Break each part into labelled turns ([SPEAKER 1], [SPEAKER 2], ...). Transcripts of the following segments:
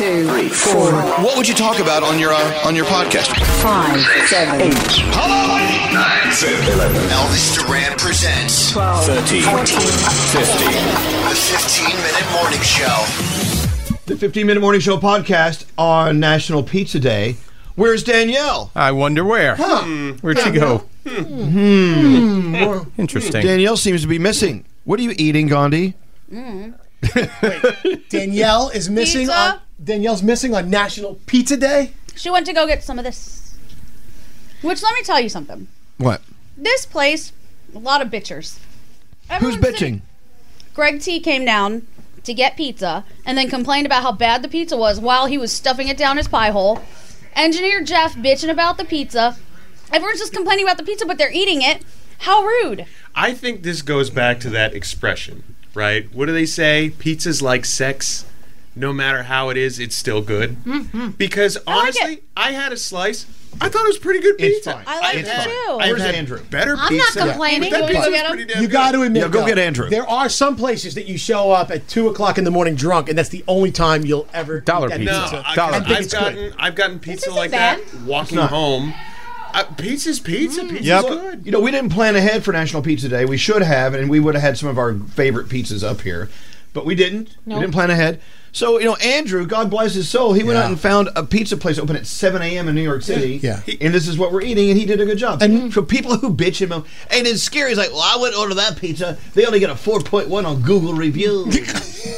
[SPEAKER 1] What would you talk about on your uh, on your podcast?
[SPEAKER 2] Five, seven, eight,
[SPEAKER 1] Hello, nine, seven, eleven. Elvis Duran presents
[SPEAKER 2] 12, 13, 14,
[SPEAKER 1] the 15 minute morning show.
[SPEAKER 3] The 15 Minute Morning Show podcast on National Pizza Day. Where's Danielle?
[SPEAKER 4] I wonder where.
[SPEAKER 5] Hmm.
[SPEAKER 4] Where'd she go? Interesting.
[SPEAKER 3] Hmm. Danielle seems to be missing. What are you eating, Gandhi?
[SPEAKER 6] Danielle is missing
[SPEAKER 7] Pizza?
[SPEAKER 6] on Danielle's missing on National Pizza Day.
[SPEAKER 7] She went to go get some of this. Which let me tell you something.
[SPEAKER 3] What?
[SPEAKER 7] This place, a lot of bitchers.
[SPEAKER 3] Who's
[SPEAKER 7] Everyone's sitting-
[SPEAKER 3] bitching?
[SPEAKER 7] Greg T came down to get pizza and then complained about how bad the pizza was while he was stuffing it down his pie hole. Engineer Jeff bitching about the pizza. Everyone's just complaining about the pizza, but they're eating it. How rude.
[SPEAKER 5] I think this goes back to that expression, right? What do they say? Pizza's like sex. No matter how it is, it's still good. Because
[SPEAKER 7] Mm-hmm. like it.
[SPEAKER 5] honestly, I, had a slice. I thought it was pretty good
[SPEAKER 3] It's
[SPEAKER 5] pizza.
[SPEAKER 3] fine.
[SPEAKER 7] I like
[SPEAKER 5] I've
[SPEAKER 7] it
[SPEAKER 5] had-
[SPEAKER 7] too.
[SPEAKER 5] I've
[SPEAKER 3] Where's
[SPEAKER 5] had
[SPEAKER 3] Andrew?
[SPEAKER 5] Better
[SPEAKER 7] I'm not
[SPEAKER 5] pizza.
[SPEAKER 7] complaining.
[SPEAKER 5] But
[SPEAKER 7] You
[SPEAKER 5] that
[SPEAKER 7] wanna go
[SPEAKER 5] pizza's
[SPEAKER 7] get him?
[SPEAKER 5] pretty damn
[SPEAKER 6] You
[SPEAKER 5] good.
[SPEAKER 6] got to admit,
[SPEAKER 5] Yeah, go
[SPEAKER 6] though,
[SPEAKER 5] get Andrew.
[SPEAKER 6] There are some places that you show up at two o'clock in the morning drunk, and that's the only time you'll ever eat
[SPEAKER 4] Dollar
[SPEAKER 6] that
[SPEAKER 4] pizza.
[SPEAKER 5] No,
[SPEAKER 4] pizza.
[SPEAKER 5] I,
[SPEAKER 4] Dollar
[SPEAKER 5] I've
[SPEAKER 4] pizza.
[SPEAKER 5] gotten I've gotten pizza
[SPEAKER 7] isn't
[SPEAKER 5] like
[SPEAKER 7] bad. Hmm.
[SPEAKER 5] that walking home. Uh, pizza's pizza. Pizza's good.
[SPEAKER 3] You know, we didn't plan ahead for National Pizza Day. We should have, and we would have had some of our favorite pizzas up here, but we didn't. We didn't plan ahead. So, you know, Andrew, God bless his soul, he went out and found a pizza place open at 7 a.m. in New York City.
[SPEAKER 6] Yeah.
[SPEAKER 3] And this is what we're eating, and he did a good job. And for people who bitch him, and it's scary. He's like, well, I wouldn't order that pizza. They only get a 4.1 on Google reviews.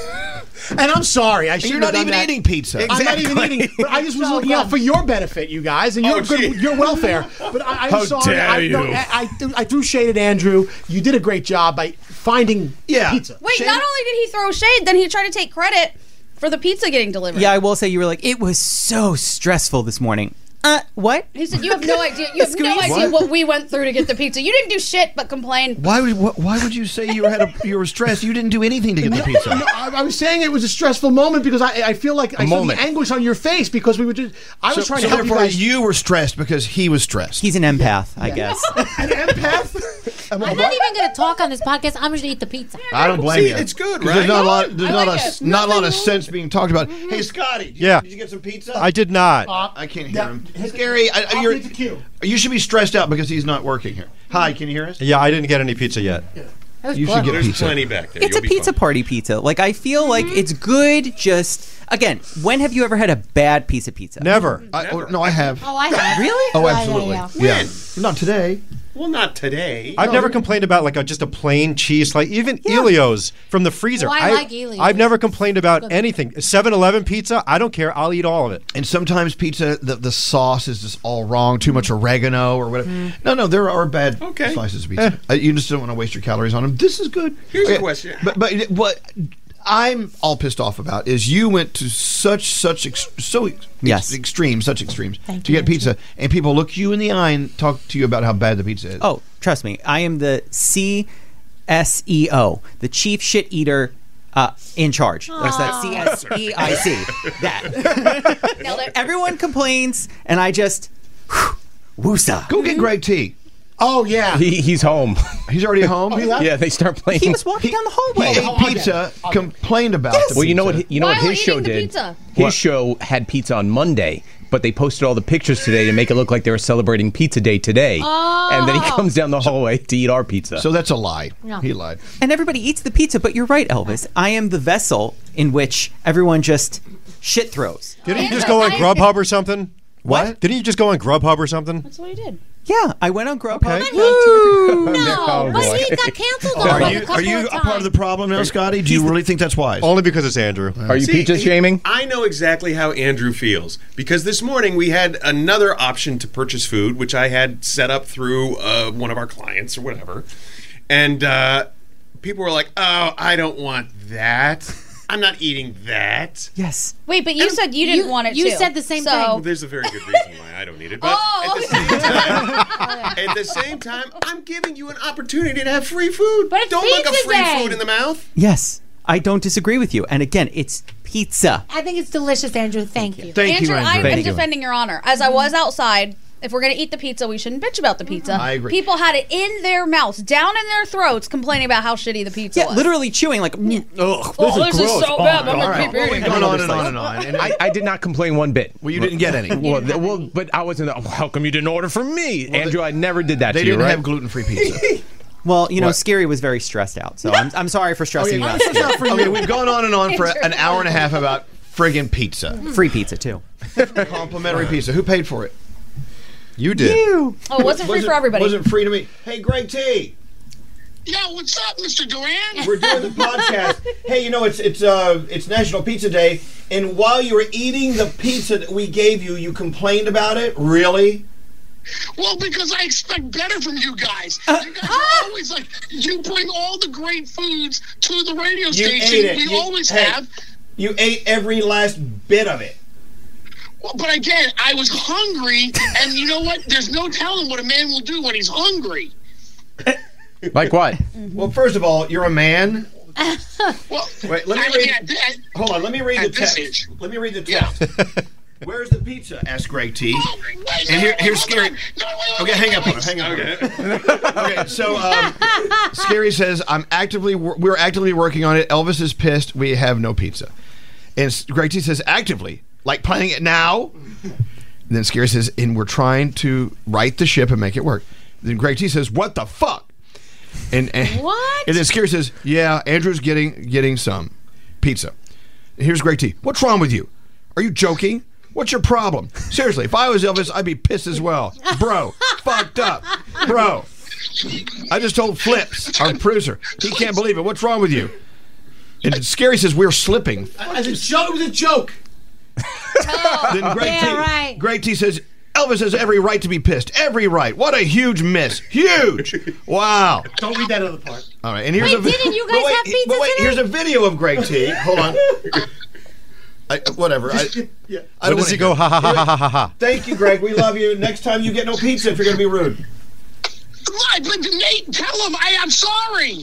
[SPEAKER 6] And I'm sorry, I should.
[SPEAKER 3] You're not even eating pizza.
[SPEAKER 6] I'm not even eating, but I just was looking out for your benefit, you guys, and your
[SPEAKER 5] Oh,
[SPEAKER 6] good,
[SPEAKER 5] gee.
[SPEAKER 6] your welfare. But I, I'm
[SPEAKER 1] Oh.
[SPEAKER 4] How
[SPEAKER 6] sorry,
[SPEAKER 4] dare
[SPEAKER 6] I, no,
[SPEAKER 4] you.
[SPEAKER 6] I, I, threw, I threw shade at Andrew. You did a great job by finding
[SPEAKER 3] Yeah.
[SPEAKER 6] pizza.
[SPEAKER 7] Wait, not only did he throw shade, then he tried to take credit for the pizza getting delivered.
[SPEAKER 2] Yeah, I will say you were like, it was so stressful this morning. Uh, what?
[SPEAKER 7] He said, "You have no idea. You have no
[SPEAKER 2] Squeeze.
[SPEAKER 7] idea what we went through to get the pizza. You didn't do shit but complain."
[SPEAKER 3] Why would wh- why would you say you had a, you were stressed? You didn't do anything to get the pizza.
[SPEAKER 6] No, I, I was saying it was a stressful moment because I, I feel like I saw
[SPEAKER 4] moment.
[SPEAKER 6] the anguish on your face because we were just. I was trying to help you
[SPEAKER 3] therefore,
[SPEAKER 6] guys.
[SPEAKER 3] you were stressed because he was stressed.
[SPEAKER 2] He's an empath, I guess.
[SPEAKER 6] an empath. Am I
[SPEAKER 8] I'm
[SPEAKER 6] right?
[SPEAKER 8] not even going to talk on this podcast. I'm just going to eat the pizza.
[SPEAKER 3] I don't blame
[SPEAKER 5] See,
[SPEAKER 3] you.
[SPEAKER 5] it's good,
[SPEAKER 3] 'Cause
[SPEAKER 5] right?
[SPEAKER 3] There's not a lot. There's
[SPEAKER 7] I
[SPEAKER 3] not
[SPEAKER 7] like
[SPEAKER 3] a
[SPEAKER 7] it.
[SPEAKER 3] s- not a lot of
[SPEAKER 7] Nothing
[SPEAKER 3] sense being talked about. Mm-hmm. Hey, Scotty. Did you,
[SPEAKER 4] Yeah.
[SPEAKER 3] Did you get some pizza?
[SPEAKER 4] I did not.
[SPEAKER 3] I can't hear
[SPEAKER 6] Yeah.
[SPEAKER 3] him.
[SPEAKER 6] Uh, Hit the-
[SPEAKER 3] Gary, I, I-
[SPEAKER 6] I'll
[SPEAKER 3] you're,
[SPEAKER 6] hit the cue.
[SPEAKER 3] you should be stressed out because he's not working here. Hi, can you hear us?
[SPEAKER 4] yeah, I didn't get any pizza yet.
[SPEAKER 8] That was
[SPEAKER 5] You should
[SPEAKER 8] clever.
[SPEAKER 5] get There's pizza. plenty back there.
[SPEAKER 2] It's
[SPEAKER 5] You'll
[SPEAKER 2] a
[SPEAKER 5] be
[SPEAKER 2] pizza
[SPEAKER 5] fine.
[SPEAKER 2] party pizza. Like I feel like it's good. Just again, when have you ever had a bad piece of pizza?
[SPEAKER 3] Never. I, oh, no, I have.
[SPEAKER 8] Oh, I have.
[SPEAKER 2] Really?
[SPEAKER 3] Oh, absolutely.
[SPEAKER 5] yeah.
[SPEAKER 3] Not today.
[SPEAKER 5] Well, not today.
[SPEAKER 9] I've never complained about like a, just a plain cheese slice, even Elio's from the freezer.
[SPEAKER 5] Oh, I like Elio's.
[SPEAKER 9] I've never complained about anything. 7-Eleven pizza, I don't care. I'll eat all of it.
[SPEAKER 3] And sometimes pizza, the, the sauce is just all wrong. Too much oregano or whatever.
[SPEAKER 5] Mm-hmm.
[SPEAKER 3] No, no, there are bad slices of pizza.
[SPEAKER 9] Eh.
[SPEAKER 3] Uh, you just don't want to waste your calories on them. This is good.
[SPEAKER 5] Here's a
[SPEAKER 3] Okay,
[SPEAKER 5] question.
[SPEAKER 3] But but what I'm all pissed off about is you went to such such ex- so ex-
[SPEAKER 2] Yes.
[SPEAKER 3] extreme such extremes
[SPEAKER 2] Thank
[SPEAKER 3] to
[SPEAKER 2] you,
[SPEAKER 3] get pizza, and people look you in the eye and talk to you about how bad the pizza is.
[SPEAKER 2] Oh, trust me. I am the C S E O, the chief shit eater uh, in charge. There's that C S E I C. That. Everyone complains, and I just woosa.
[SPEAKER 3] Go get Greg T.
[SPEAKER 6] Oh yeah,
[SPEAKER 4] he, he's home.
[SPEAKER 3] He's already home.
[SPEAKER 4] Yeah, they start playing.
[SPEAKER 2] He was walking down the hallway.
[SPEAKER 3] He ate pizza, complained about the
[SPEAKER 4] Well, you know what?
[SPEAKER 3] pizza.
[SPEAKER 4] You know what
[SPEAKER 7] While
[SPEAKER 4] his show
[SPEAKER 7] eating the
[SPEAKER 4] did.
[SPEAKER 7] pizza.
[SPEAKER 4] His show had pizza on Monday, but they posted all the pictures today to make it look like they were celebrating Pizza Day today. And then he
[SPEAKER 2] Oh.
[SPEAKER 4] comes down the hallway to eat our pizza.
[SPEAKER 3] So that's a lie.
[SPEAKER 2] No.
[SPEAKER 3] He lied.
[SPEAKER 2] And everybody eats the pizza, but you're right, Elvis. I am the vessel in which everyone just shit throws.
[SPEAKER 9] Didn't you just go on Grubhub or something?
[SPEAKER 3] What?
[SPEAKER 9] Didn't you just go on Grubhub or something?
[SPEAKER 7] That's what he did.
[SPEAKER 2] Yeah, I went on Grubhub. Oh,
[SPEAKER 9] No,
[SPEAKER 2] but
[SPEAKER 9] boy.
[SPEAKER 2] he
[SPEAKER 9] got
[SPEAKER 8] canceled
[SPEAKER 3] Are you, are you a part of the problem now, Scotty? Do you really think that's wise?
[SPEAKER 9] Only because it's Andrew.
[SPEAKER 4] Are you
[SPEAKER 5] See,
[SPEAKER 4] pizza
[SPEAKER 5] he-
[SPEAKER 4] shaming?
[SPEAKER 5] I know exactly how Andrew feels because this morning we had another option to purchase food, which I had set up through uh, one of our clients or whatever, and uh, people were like, "Oh, I don't want that. I'm not eating that."
[SPEAKER 2] Yes.
[SPEAKER 7] Wait, but you said you didn't want it
[SPEAKER 8] Um, you
[SPEAKER 7] too.
[SPEAKER 8] said the same
[SPEAKER 7] So-
[SPEAKER 5] Well, there's a very good reason why I don't eat it, but
[SPEAKER 6] Oh,
[SPEAKER 5] at the same time, I'm giving you an opportunity to have free food. But don't look a
[SPEAKER 8] pizza
[SPEAKER 5] free
[SPEAKER 8] day.
[SPEAKER 5] food in the mouth.
[SPEAKER 2] Yes, I don't disagree with you. And again, it's pizza.
[SPEAKER 8] I think it's delicious, Andrew. Thank you.
[SPEAKER 7] Andrew, I am defending your honor. As I was outside, if we're going to eat the pizza, we shouldn't bitch about the pizza.
[SPEAKER 2] I agree.
[SPEAKER 7] People had it in their mouths, down in their throats, complaining about how shitty the pizza
[SPEAKER 2] Yeah,
[SPEAKER 7] was.
[SPEAKER 2] literally chewing like, mm, ugh,
[SPEAKER 7] Oh,
[SPEAKER 2] this is
[SPEAKER 7] this is
[SPEAKER 2] gross.
[SPEAKER 7] so bad, but I'm gonna All right. keep
[SPEAKER 4] eating
[SPEAKER 2] Another
[SPEAKER 4] on and
[SPEAKER 2] slice.
[SPEAKER 4] on and I, I did not complain one bit. Well,
[SPEAKER 3] you didn't get any.
[SPEAKER 4] Well, th- well, but I wasn't. Well, how come you didn't order for me, Andrew? I never did that
[SPEAKER 3] They
[SPEAKER 4] to you,
[SPEAKER 3] didn't
[SPEAKER 4] right?
[SPEAKER 3] have gluten-free pizza.
[SPEAKER 2] Well, you know,
[SPEAKER 3] What?
[SPEAKER 2] Scary was very stressed out, so I'm, I'm sorry
[SPEAKER 3] Oh,
[SPEAKER 2] for stressing you out.
[SPEAKER 3] Okay, okay, we've gone on and on for an hour and a half about friggin' pizza.
[SPEAKER 2] Free pizza too.
[SPEAKER 3] Complimentary pizza. Who paid for it?
[SPEAKER 9] You
[SPEAKER 3] did.
[SPEAKER 2] You.
[SPEAKER 7] Oh, it wasn't free for everybody.
[SPEAKER 3] Wasn't free to me. Hey, Greg T.
[SPEAKER 10] Yo, what's up, Mr. Duran?
[SPEAKER 3] We're doing the podcast. hey, you know it's it's uh it's National Pizza Day, and while you were eating the pizza that we gave you, you complained about it. Really?
[SPEAKER 10] Well, because I expect better from you guys.
[SPEAKER 3] Uh,
[SPEAKER 10] You guys are always like, you bring all the great foods to the radio
[SPEAKER 3] You
[SPEAKER 10] station.
[SPEAKER 3] ate it.
[SPEAKER 10] We
[SPEAKER 3] You-
[SPEAKER 10] always
[SPEAKER 3] hey.
[SPEAKER 10] have.
[SPEAKER 3] You ate every last bit of it.
[SPEAKER 10] Well, but again, I was hungry, and you know what? There's no telling what a man will do when he's hungry.
[SPEAKER 4] Like what?
[SPEAKER 3] Mm-hmm. Well, first of all, you're a man. Wait, let me
[SPEAKER 10] I-
[SPEAKER 3] read.
[SPEAKER 10] yeah, th- I-
[SPEAKER 3] Hold on, let me read the
[SPEAKER 10] at this
[SPEAKER 3] text.
[SPEAKER 10] age.
[SPEAKER 3] Let me read the text. Where's the pizza? Asked Greg T.
[SPEAKER 10] Oh,
[SPEAKER 3] and here, here's Scary. okay, hang up on him. Hang up. on him. okay, so um, Scary says I'm actively wor- we're actively working on it. Elvis is pissed. We have no pizza. And S- Greg T says actively, like planning it now. And then Scary says, and we're trying to right the ship and make it work. Then Greg T says, what the fuck? And, and
[SPEAKER 8] What?
[SPEAKER 3] And then Scary says, yeah, Andrew's getting getting some pizza. And here's Greg T. What's wrong with you? Are you joking? What's your problem? Seriously, if I was Elvis, I'd be pissed as well. Bro, fucked up. Bro. I just told Flips, our producer. He can't believe it. What's wrong with you? And Scary says, we're slipping.
[SPEAKER 6] As a joke, it was a joke.
[SPEAKER 3] Then Greg
[SPEAKER 8] yeah,
[SPEAKER 3] T.
[SPEAKER 8] right.
[SPEAKER 3] Greg T says Elvis has every right to be pissed. Every right. What a huge miss. Huge. Wow.
[SPEAKER 6] Don't read that other part.
[SPEAKER 3] All right. And here's
[SPEAKER 8] Wait,
[SPEAKER 3] a vi-
[SPEAKER 8] didn't you
[SPEAKER 3] But
[SPEAKER 8] guys
[SPEAKER 3] wait,
[SPEAKER 8] have pizza
[SPEAKER 3] But wait,
[SPEAKER 8] today?
[SPEAKER 3] here's a video of Greg T. Hold on. I, whatever. I,
[SPEAKER 6] yeah.
[SPEAKER 3] I don't
[SPEAKER 9] What does he go?
[SPEAKER 3] wanna hear
[SPEAKER 9] Ha ha
[SPEAKER 3] it.
[SPEAKER 9] ha ha ha ha ha.
[SPEAKER 3] Thank you, Greg. We love you. Next time you get no pizza if you're going to be rude.
[SPEAKER 10] Why, but Nate, tell him I am sorry.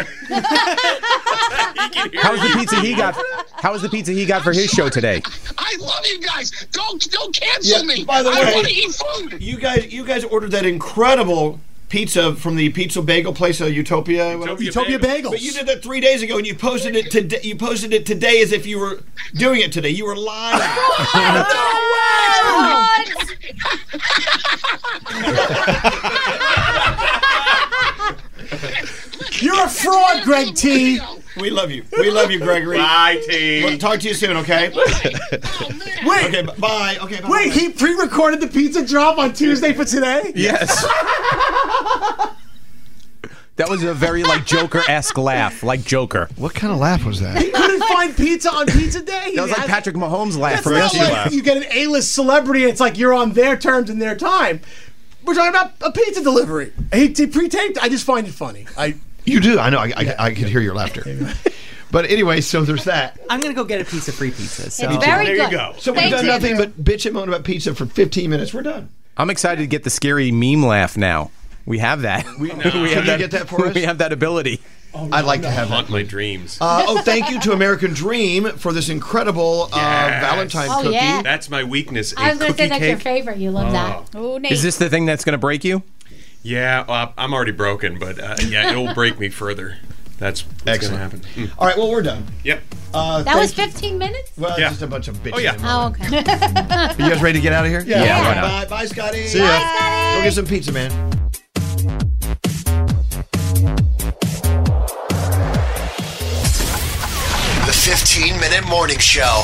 [SPEAKER 4] How was the pizza he got? How was the pizza he got for his show today?
[SPEAKER 10] I love you guys. Don't don't cancel
[SPEAKER 3] Yeah,
[SPEAKER 10] me.
[SPEAKER 3] by the
[SPEAKER 10] I
[SPEAKER 3] way-
[SPEAKER 10] want to eat food.
[SPEAKER 3] You guys, you guys ordered that incredible pizza from the pizza bagel place, uh, Utopia. Utopia,
[SPEAKER 6] Utopia Bagel. Bagels.
[SPEAKER 3] But you did that three days ago, and you posted it today. You posted it today as if you were doing it today. You were lying.
[SPEAKER 6] You're a freak. fraud, Greg T.
[SPEAKER 3] We love you. We love you, Gregory.
[SPEAKER 5] Bye, T.
[SPEAKER 3] We'll talk to you soon, okay?
[SPEAKER 6] Wait.
[SPEAKER 3] Okay, b- bye. Okay, bye.
[SPEAKER 6] Wait, he pre-recorded the pizza drop on Tuesday for today?
[SPEAKER 4] Yes. That was a very like Joker esque laugh, like Joker.
[SPEAKER 9] What kind of laugh was that?
[SPEAKER 6] He couldn't find pizza on pizza day.
[SPEAKER 4] That was like
[SPEAKER 6] He has-
[SPEAKER 4] Patrick Mahomes' laugh
[SPEAKER 6] That's
[SPEAKER 4] from
[SPEAKER 6] not
[SPEAKER 4] yesterday.
[SPEAKER 6] like you get an A-list celebrity. and It's like you're on their terms and their time. We're talking about a pizza delivery. He, he pre-taped. I just find it funny. I
[SPEAKER 3] You do. I know. I, I, I could hear your laughter. But anyway, so there's that.
[SPEAKER 2] I'm gonna go get a piece of free pizza. So.
[SPEAKER 3] It's very
[SPEAKER 2] there
[SPEAKER 3] good.
[SPEAKER 2] you go.
[SPEAKER 3] So we've done nothing but bitch and moan about pizza for 15 minutes. We're done.
[SPEAKER 4] I'm excited to get the scary meme laugh now. We have that. We,
[SPEAKER 3] Can you get that for us?
[SPEAKER 4] We have that ability.
[SPEAKER 9] Oh,
[SPEAKER 3] I'd like to have
[SPEAKER 5] Haunt my dreams.
[SPEAKER 3] Uh, oh, thank you to American Dream for this incredible uh,
[SPEAKER 5] Yes.
[SPEAKER 3] Valentine
[SPEAKER 8] Oh,
[SPEAKER 3] cookie.
[SPEAKER 8] yeah.
[SPEAKER 5] That's my weakness. a
[SPEAKER 8] I was going to
[SPEAKER 5] cookie
[SPEAKER 8] say that's
[SPEAKER 5] cake.
[SPEAKER 8] your favorite. You love that.
[SPEAKER 7] Oh,
[SPEAKER 4] Is this the thing that's going to break you?
[SPEAKER 5] Yeah, well, I'm already broken, but uh, yeah, it'll break me further. That's what's going to happen. Mm.
[SPEAKER 3] All right, well, we're done.
[SPEAKER 5] Yep.
[SPEAKER 3] Uh,
[SPEAKER 8] That was
[SPEAKER 3] thank-
[SPEAKER 8] 15 minutes?
[SPEAKER 3] Well, just a bunch of bitches.
[SPEAKER 5] Oh, yeah.
[SPEAKER 8] Oh, okay.
[SPEAKER 3] Are you guys ready to get out of here?
[SPEAKER 8] Yeah. Yeah, why
[SPEAKER 3] Bye,
[SPEAKER 8] not?
[SPEAKER 3] bye, Scotty.
[SPEAKER 8] See ya. Bye, Scotty.
[SPEAKER 3] Go get some pizza, man.
[SPEAKER 1] The 15 minute morning show.